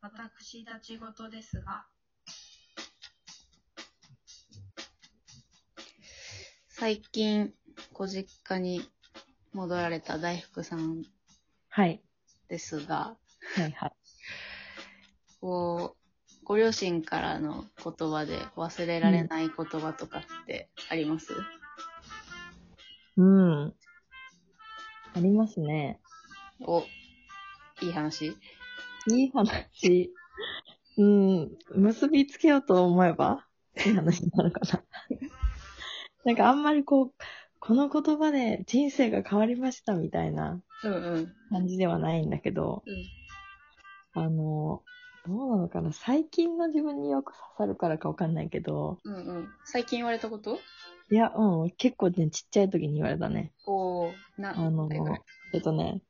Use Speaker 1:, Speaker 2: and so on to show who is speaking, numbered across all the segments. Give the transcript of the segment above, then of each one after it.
Speaker 1: 私立ち事ですが、
Speaker 2: 最近、ご実家に戻られた大福さん
Speaker 3: はい。
Speaker 2: ですが、
Speaker 3: はいはい。
Speaker 2: こう、ご両親からの言葉で忘れられない言葉とかってあります、
Speaker 3: うん。ありますね。
Speaker 2: お、いい話
Speaker 3: いい話。うん。結びつけようと思えば、いい話になるかな。 なんかあんまりこう、この言葉で人生が変わりましたみたいな
Speaker 2: うんうん。
Speaker 3: 感じではないんだけど、あの、どうなのかな最近の自分によく刺さるからかわかんないけど、
Speaker 2: うんうん。最近言われたこと
Speaker 3: いや、うん、結構ね、ちっちゃい時に言われたね。
Speaker 2: おー、な、
Speaker 3: あの
Speaker 2: どれぐらい、
Speaker 3: えっとね、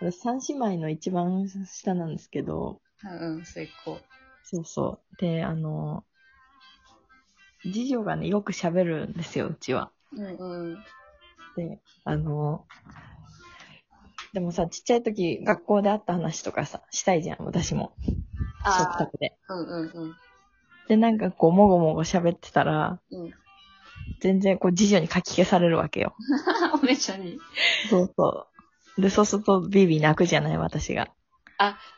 Speaker 3: 私三姉妹の一番下なんですけど、
Speaker 2: うんうん、成功。
Speaker 3: そうそう。で、あの、次女がね、よく喋るんですよ、うちは。
Speaker 2: うんうん。
Speaker 3: で、あの、でもさ、ちっちゃい時、学校で会った話とかさ、したいじゃん、私も。食
Speaker 2: あ
Speaker 3: 卓で。
Speaker 2: ー、うんうんうん。
Speaker 3: で、なんかこう、もごもご喋ってたら、
Speaker 2: うん。
Speaker 3: 全然こう、次女にかき消されるわけよ。
Speaker 2: おめちゃに。
Speaker 3: そうそう。で、そうすると、ビービー泣くじゃない、私が。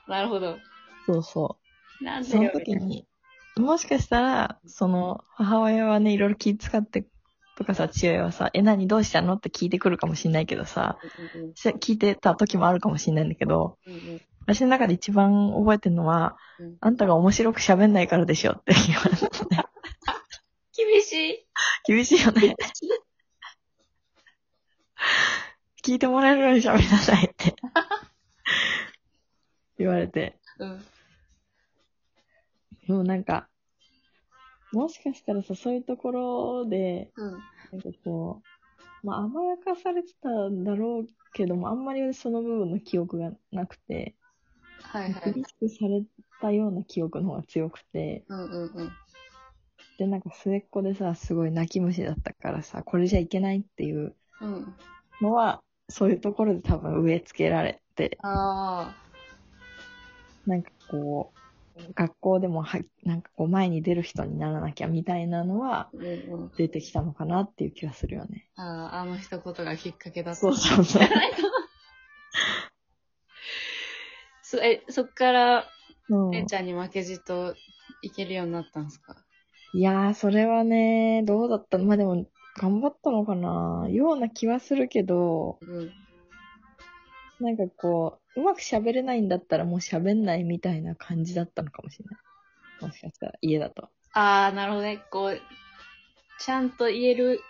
Speaker 2: なるほど。
Speaker 3: そうそう。
Speaker 2: なんで
Speaker 3: そ
Speaker 2: よ
Speaker 3: の時に、もしかしたら、その、母親はね、いろいろ気遣って、とかさ、父親はさ、え、何どうしたのって聞いてくるかもしんないけどさ、
Speaker 2: うん
Speaker 3: し聞いてた時もあるかもしんないんだけど、
Speaker 2: うんうんうん
Speaker 3: 私の中で一番覚えてるのは、
Speaker 2: うん
Speaker 3: あんたが面白く喋んないからでしょって言われて、
Speaker 2: 厳しい。
Speaker 3: 厳しいよね。聞いてもらえるように喋りなさい って。言われて。
Speaker 2: うん。
Speaker 3: もうなんか、もしかしたらさ、そういうところで、
Speaker 2: うん。
Speaker 3: なんかこう、まあ甘やかされてたんだろうけども、あんまりその部分の記憶がなくて、
Speaker 2: はいは
Speaker 3: 厳
Speaker 2: い。
Speaker 3: しくされたような記憶の方が強くて、
Speaker 2: うんうんうん。
Speaker 3: で、なんか末っ子でさ、すごい泣き虫だったからさ、これじゃいけないっていう
Speaker 2: うん。
Speaker 3: のは、そういうところで多分植え付けられて、
Speaker 2: あ
Speaker 3: なんかこう、学校でもは、なんかこう前に出る人にならなきゃみたいなのは
Speaker 2: あ。うんうん。
Speaker 3: 出てきたのかなっていう気がするよね。
Speaker 2: ああ、あの一言がきっかけだった。
Speaker 3: そうそうそう。
Speaker 2: そえ、そっから、
Speaker 3: うん
Speaker 2: えんちゃんに負けじといけるようになったんですか
Speaker 3: いやー、それはね、どうだったまあでも、頑張ったのかなような気はするけど、
Speaker 2: うん。
Speaker 3: なんかこう、うまく喋れないんだったらもう喋んないみたいな感じだったのかもしれない。もしかしたら、家だと。
Speaker 2: ああ、なるほどね。こう、ちゃんと言える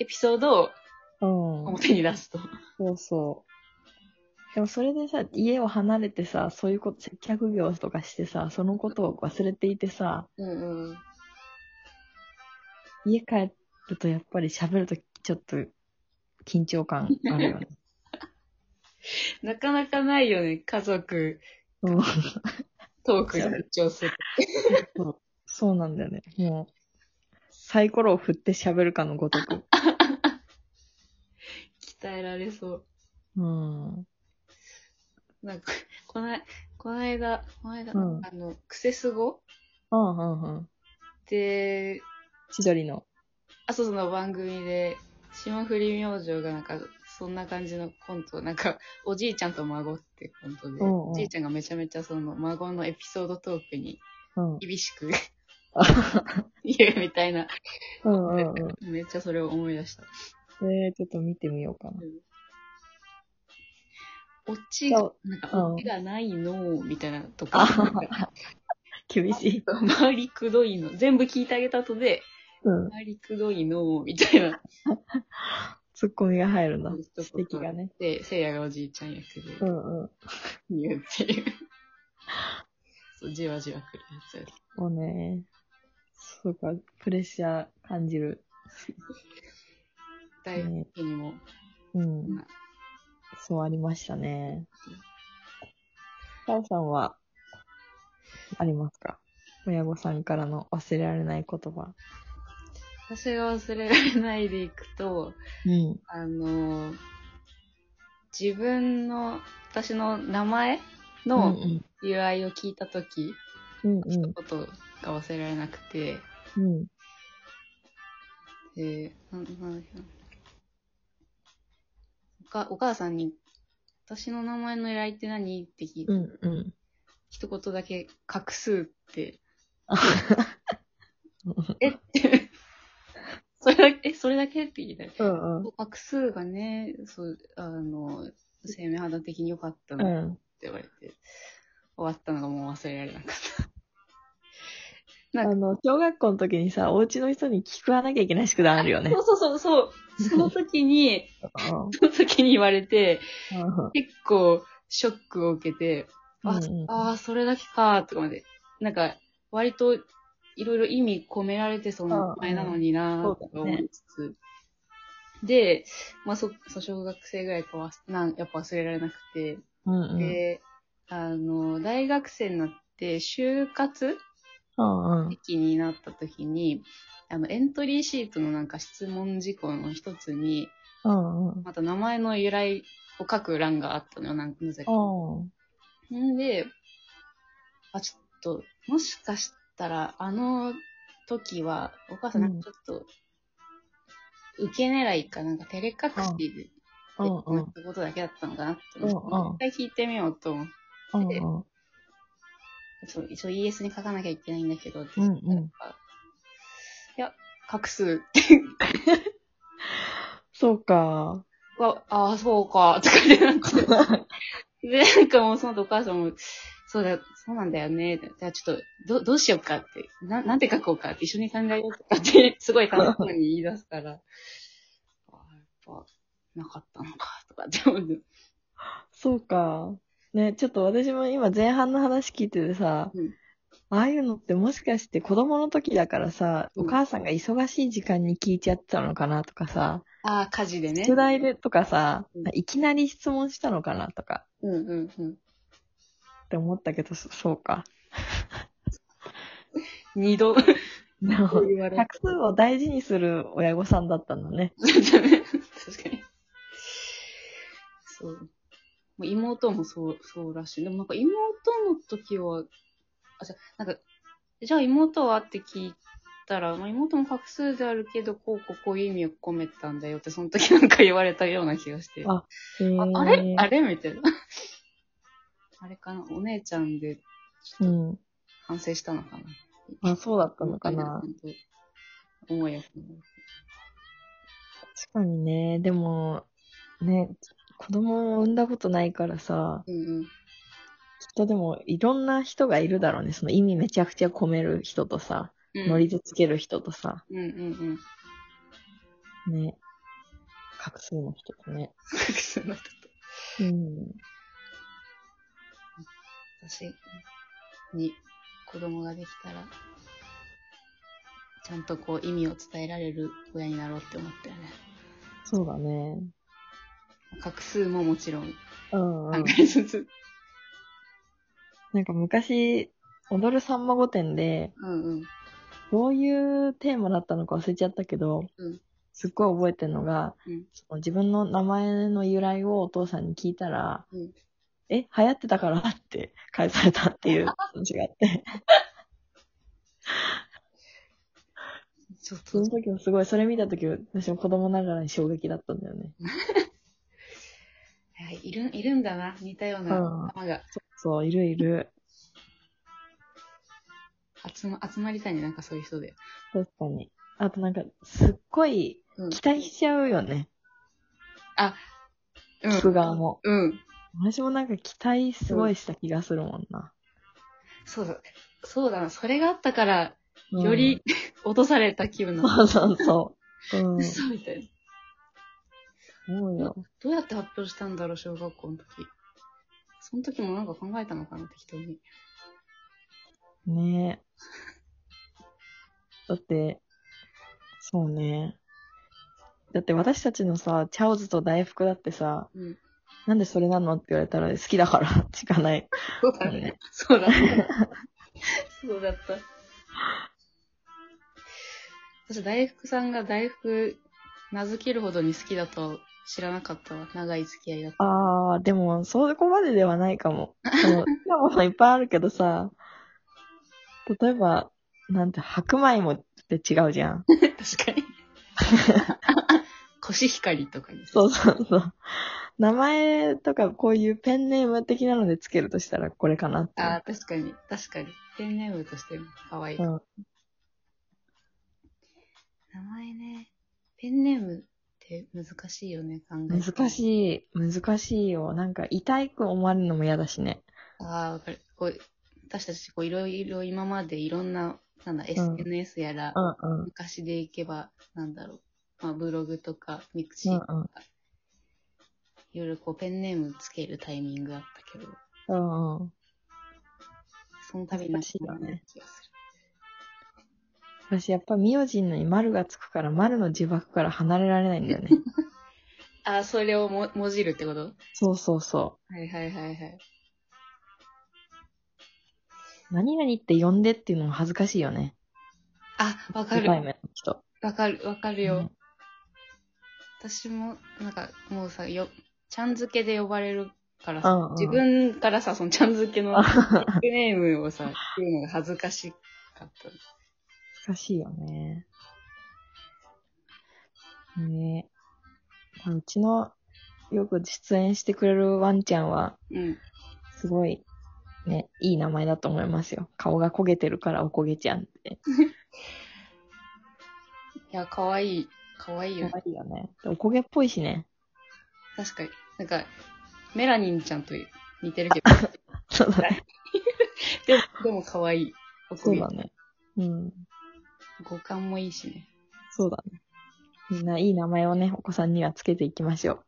Speaker 2: エピソードを
Speaker 3: うん。
Speaker 2: 表に出すと。
Speaker 3: そうそう。でもそれでさ、家を離れてさ、そういうこと、接客業とかしてさ、そのことを忘れていてさ、
Speaker 2: うんうん。
Speaker 3: 家帰るとやっぱり喋るとちょっと緊張感あるよね。
Speaker 2: なかなかないよね。家族、
Speaker 3: うん
Speaker 2: トークに緊張する。
Speaker 3: そうそうなんだよね。もう、サイコロを振って喋るかのごとく。
Speaker 2: 鍛えられそう。
Speaker 3: うん。
Speaker 2: なんか、こない、この間、この間、
Speaker 3: うん
Speaker 2: あの、クセスゴ
Speaker 3: うんうんうん。
Speaker 2: って、
Speaker 3: 千鳥の。
Speaker 2: あその番組で、霜降り明星がなんか、そんな感じのコント、なんか、おじいちゃんと孫ってコントで、
Speaker 3: うんうん
Speaker 2: おじいちゃんがめちゃめちゃその孫のエピソードトークに
Speaker 3: うん。
Speaker 2: 厳しく言うみたいな、
Speaker 3: うんうんう
Speaker 2: めっちゃそれを思い出した。
Speaker 3: ん。えー、ちょっと見てみようかな。
Speaker 2: オチが
Speaker 3: そ、
Speaker 2: なんか、
Speaker 3: うん
Speaker 2: オチがないの、みたいなとか、
Speaker 3: あはは厳しい。
Speaker 2: 周りくどいの、全部聞いてあげた後で、
Speaker 3: うん。
Speaker 2: 周りくどいの、みたいな。
Speaker 3: ツッコミが入るんだ
Speaker 2: そういう。とこ
Speaker 3: 指摘がね。
Speaker 2: で、せいやがおじいちゃん役で
Speaker 3: うんうん。
Speaker 2: 言うっていう。 そう、じわじわくるやつやる。
Speaker 3: もうね、そうか、プレッシャー感じる。
Speaker 2: 大学にも、
Speaker 3: うん。そうありましたね。タオさんは、ありますか親御さんからの忘れられない言葉。
Speaker 2: 私が忘れられないでいくと、
Speaker 3: うん。
Speaker 2: あのー自分の、私の名前の
Speaker 3: うん
Speaker 2: 由来を聞いたとき、
Speaker 3: うん
Speaker 2: 一言
Speaker 3: う
Speaker 2: が忘れられなくて、
Speaker 3: んうん。
Speaker 2: で、なんなんでしょうおかお母さんに、私の名前の由来って何って聞いて、
Speaker 3: うんうん。
Speaker 2: 一言だけ、画数 って
Speaker 3: あ。
Speaker 2: え って。それだけ、え、それだけって聞いたよ
Speaker 3: うんうん。
Speaker 2: 画数がね、そう、あの、生命肌的に良かった
Speaker 3: う
Speaker 2: のって
Speaker 3: ん。
Speaker 2: 言われて、終わったのがもう忘れられなかった。
Speaker 3: あの、小学校の時にさ、お家の人に聞くわなきゃいけない宿題あるよね
Speaker 2: そ。うそうそう、そう。その時に、その時に言われて、結構ショックを受けて、あ、
Speaker 3: うんうん
Speaker 2: あー、それだけか、とかまで。なんか、割といろいろ意味込められてその名前なのにな
Speaker 3: うんう
Speaker 2: と
Speaker 3: ん
Speaker 2: か思いつつ。で、まあ、そ、そう小学生ぐらいかは、なん、やっぱ忘れられなくて。
Speaker 3: うんうん。
Speaker 2: で、あの、大学生になって、就活
Speaker 3: うんうん。
Speaker 2: 期になった時に、あの、エントリーシートのなんか質問事項の一つに、
Speaker 3: うんうん。
Speaker 2: また名前の由来を書く欄があったのよ、なんかなぜか。んで、あ、ちょっと、もしかしたら、あの時は、お母さん、なんかちょっと、受け狙いかなんか照れ隠しで、って
Speaker 3: うんうん
Speaker 2: ってことだけだったのかなって思って、
Speaker 3: うんうん
Speaker 2: もう一回聞いてみようと思って
Speaker 3: うんうん。
Speaker 2: そう、一応 ES に書かなきゃいけないんだけど、って
Speaker 3: うんうん
Speaker 2: いや、画数
Speaker 3: そうか。
Speaker 2: は、ああ、そうか、とかでなって。で、なんかもうその後お母さんも、そうだ、そうなんだよね。じゃあちょっと、ど、どうしようかって、な、なんて書こうかって、一緒に考えようとかって、すごい楽しそうに言い出すから、あーやっぱ、なかったのか、とかって思って。
Speaker 3: そうか。ね、ちょっと私も今前半の話聞いててさ、
Speaker 2: うん
Speaker 3: ああいうのってもしかして子供の時だからさ、
Speaker 2: うん
Speaker 3: お母さんが忙しい時間に聞いちゃってたのかなとかさ、
Speaker 2: ああ、火事でね。
Speaker 3: 宿題でとかさ
Speaker 2: うん、
Speaker 3: いきなり質問したのかなとか
Speaker 2: うんうんうん。
Speaker 3: って思ったけど、そそうか。
Speaker 2: 二 度、
Speaker 3: で
Speaker 2: こう
Speaker 3: も
Speaker 2: 言われ
Speaker 3: 画数を大事にする親御さんだったんだね。
Speaker 2: そうだね。確かに。そう。もう妹もそう、そうらしい。でもなんか妹の時は、あ、じゃあ、なんか、じゃあ妹はって聞いたら、まあ、妹も画数であるけど、こうこうこういう意味を込めてたんだよって、その時なんか言われたような気がして。あ、
Speaker 3: あ
Speaker 2: あれあれみたいな。あれかなお姉ちゃんで
Speaker 3: うん。
Speaker 2: 反省したのかな
Speaker 3: あ、そうだったのかな。。
Speaker 2: 思いやすい。
Speaker 3: 確かにね、でも、ね、子供を産んだことないからさ、
Speaker 2: うんうん。
Speaker 3: きっとでもいろんな人がいるだろうね。その意味めちゃくちゃ込める人とさ、
Speaker 2: うん
Speaker 3: ノリでつける人とさ、
Speaker 2: うんうんうん。
Speaker 3: ね、画数の人とね。
Speaker 2: 画数の人と。
Speaker 3: うん。
Speaker 2: 私に子供ができたら、ちゃんとこう意味を伝えられる親になろうって思ったよね。
Speaker 3: そうだね。
Speaker 2: 画数ももちろん
Speaker 3: うん、う
Speaker 2: 考
Speaker 3: ん。
Speaker 2: えつつ。
Speaker 3: なんか昔、踊るさんま御殿で、
Speaker 2: うんうん。
Speaker 3: どういうテーマだったのか忘れちゃったけど、
Speaker 2: うん
Speaker 3: すっごい覚えてるのが、
Speaker 2: うん
Speaker 3: その自分の名前の由来をお父さんに聞いたら、
Speaker 2: うん
Speaker 3: え、流行ってたからって 返されたっていう 違って、
Speaker 2: ちょっ
Speaker 3: そ
Speaker 2: と
Speaker 3: の、時もすごい、それ見た時私も子供ながらに衝撃だったんだよね。
Speaker 2: はいいる、いるんだな。似たような仲間が
Speaker 3: そう、いるいる。
Speaker 2: 集ま集まりたいね。なんかそういう人で。
Speaker 3: 確かに。あとなんか、すっごい
Speaker 2: うん
Speaker 3: 期待しちゃうよね、
Speaker 2: う
Speaker 3: 聞く
Speaker 2: ん。
Speaker 3: 側も。
Speaker 2: うん。
Speaker 3: 私もなんか期待すごいした気がするもんな。
Speaker 2: そうだ。そうだな。それがあったから、
Speaker 3: うん
Speaker 2: より、 落とされた気分なの。
Speaker 3: そうそうそう。う ん。そ
Speaker 2: 嘘みたいな。
Speaker 3: うよ。
Speaker 2: どうやって発表したんだろう、小学校の時。その時もなんか考えたのかな、適当に。
Speaker 3: ねえ。だって、そうね。だって私たちのさ、チャオズと大福だってさ、
Speaker 2: うん。
Speaker 3: なんでそれなのって言われたら好きだから、 しかない。
Speaker 2: そうだね。そうだね。そうだった。私、大福さんが大福名付けるほどに好きだと知らなかったわ。長い付き合いだった。
Speaker 3: ああ、でも、そこまでではないかも。その好きなものいっぱいあるけどさ、例えば、なんて、白米もって違うじゃん。
Speaker 2: 確かに。コシヒカリとかに。
Speaker 3: そうそうそう。名前とかこういうペンネーム的なのでつけるとしたらこれかなって。
Speaker 2: ああ、確かに。確かに。ペンネームとしても可愛い。
Speaker 3: うん
Speaker 2: 名前ね。ペンネームって難しいよね、考え
Speaker 3: 難
Speaker 2: い。
Speaker 3: しい、難しいよ。なんか、痛く思われるのも嫌だしね。
Speaker 2: ああ、わかる。こう、私たち、こう、いろいろ今までいろんな、なんだ、
Speaker 3: ん
Speaker 2: SNS やら、
Speaker 3: んうん。
Speaker 2: 昔でいけば、なんだろう。まあ、ブログとか、ミクシ
Speaker 3: う
Speaker 2: ー
Speaker 3: ん
Speaker 2: とか、いろいろこう、ペンネームつけるタイミングあったけど、
Speaker 3: うん。うん。
Speaker 2: その度に
Speaker 3: 難しいよね
Speaker 2: 気がする。
Speaker 3: 私、やっぱ、名字のに丸がつくから、丸の呪縛から離れられないんだよ ね。
Speaker 2: ああ、それをも、もじるってこと
Speaker 3: そうそうそ
Speaker 2: はいはいはいはい。
Speaker 3: う。何々って呼んでっていうのも恥ずかしいよね。
Speaker 2: あ、わか
Speaker 3: 初対
Speaker 2: る。
Speaker 3: 面の人。
Speaker 2: わかる、わかるよ。
Speaker 3: うん
Speaker 2: 私も、なんか、もうさ、よ、ちゃん付けで呼ばれるから
Speaker 3: う
Speaker 2: さ、
Speaker 3: んうん
Speaker 2: 自分からさ、そのちゃん付け のニックネームをさ、言うのが恥ずかしかった。
Speaker 3: 難しいよね。ねえ。うちの、よく出演してくれるワンちゃんは、
Speaker 2: うん。
Speaker 3: すごい、ね、いい名前だと思いますよ。顔が焦げてるからおこげちゃんって。
Speaker 2: いや、かわいい。かわいいよね。
Speaker 3: 可愛いよね。おこげっぽいしね。
Speaker 2: 確かに。なんか、メラニンちゃんと似てるけど、
Speaker 3: そうだね。
Speaker 2: でも、でもかわいい。おこ
Speaker 3: そう
Speaker 2: げ
Speaker 3: だね。うん。
Speaker 2: 五感もいいしね。
Speaker 3: そうだね。みんないい名前をね、お子さんにはつけていきましょう。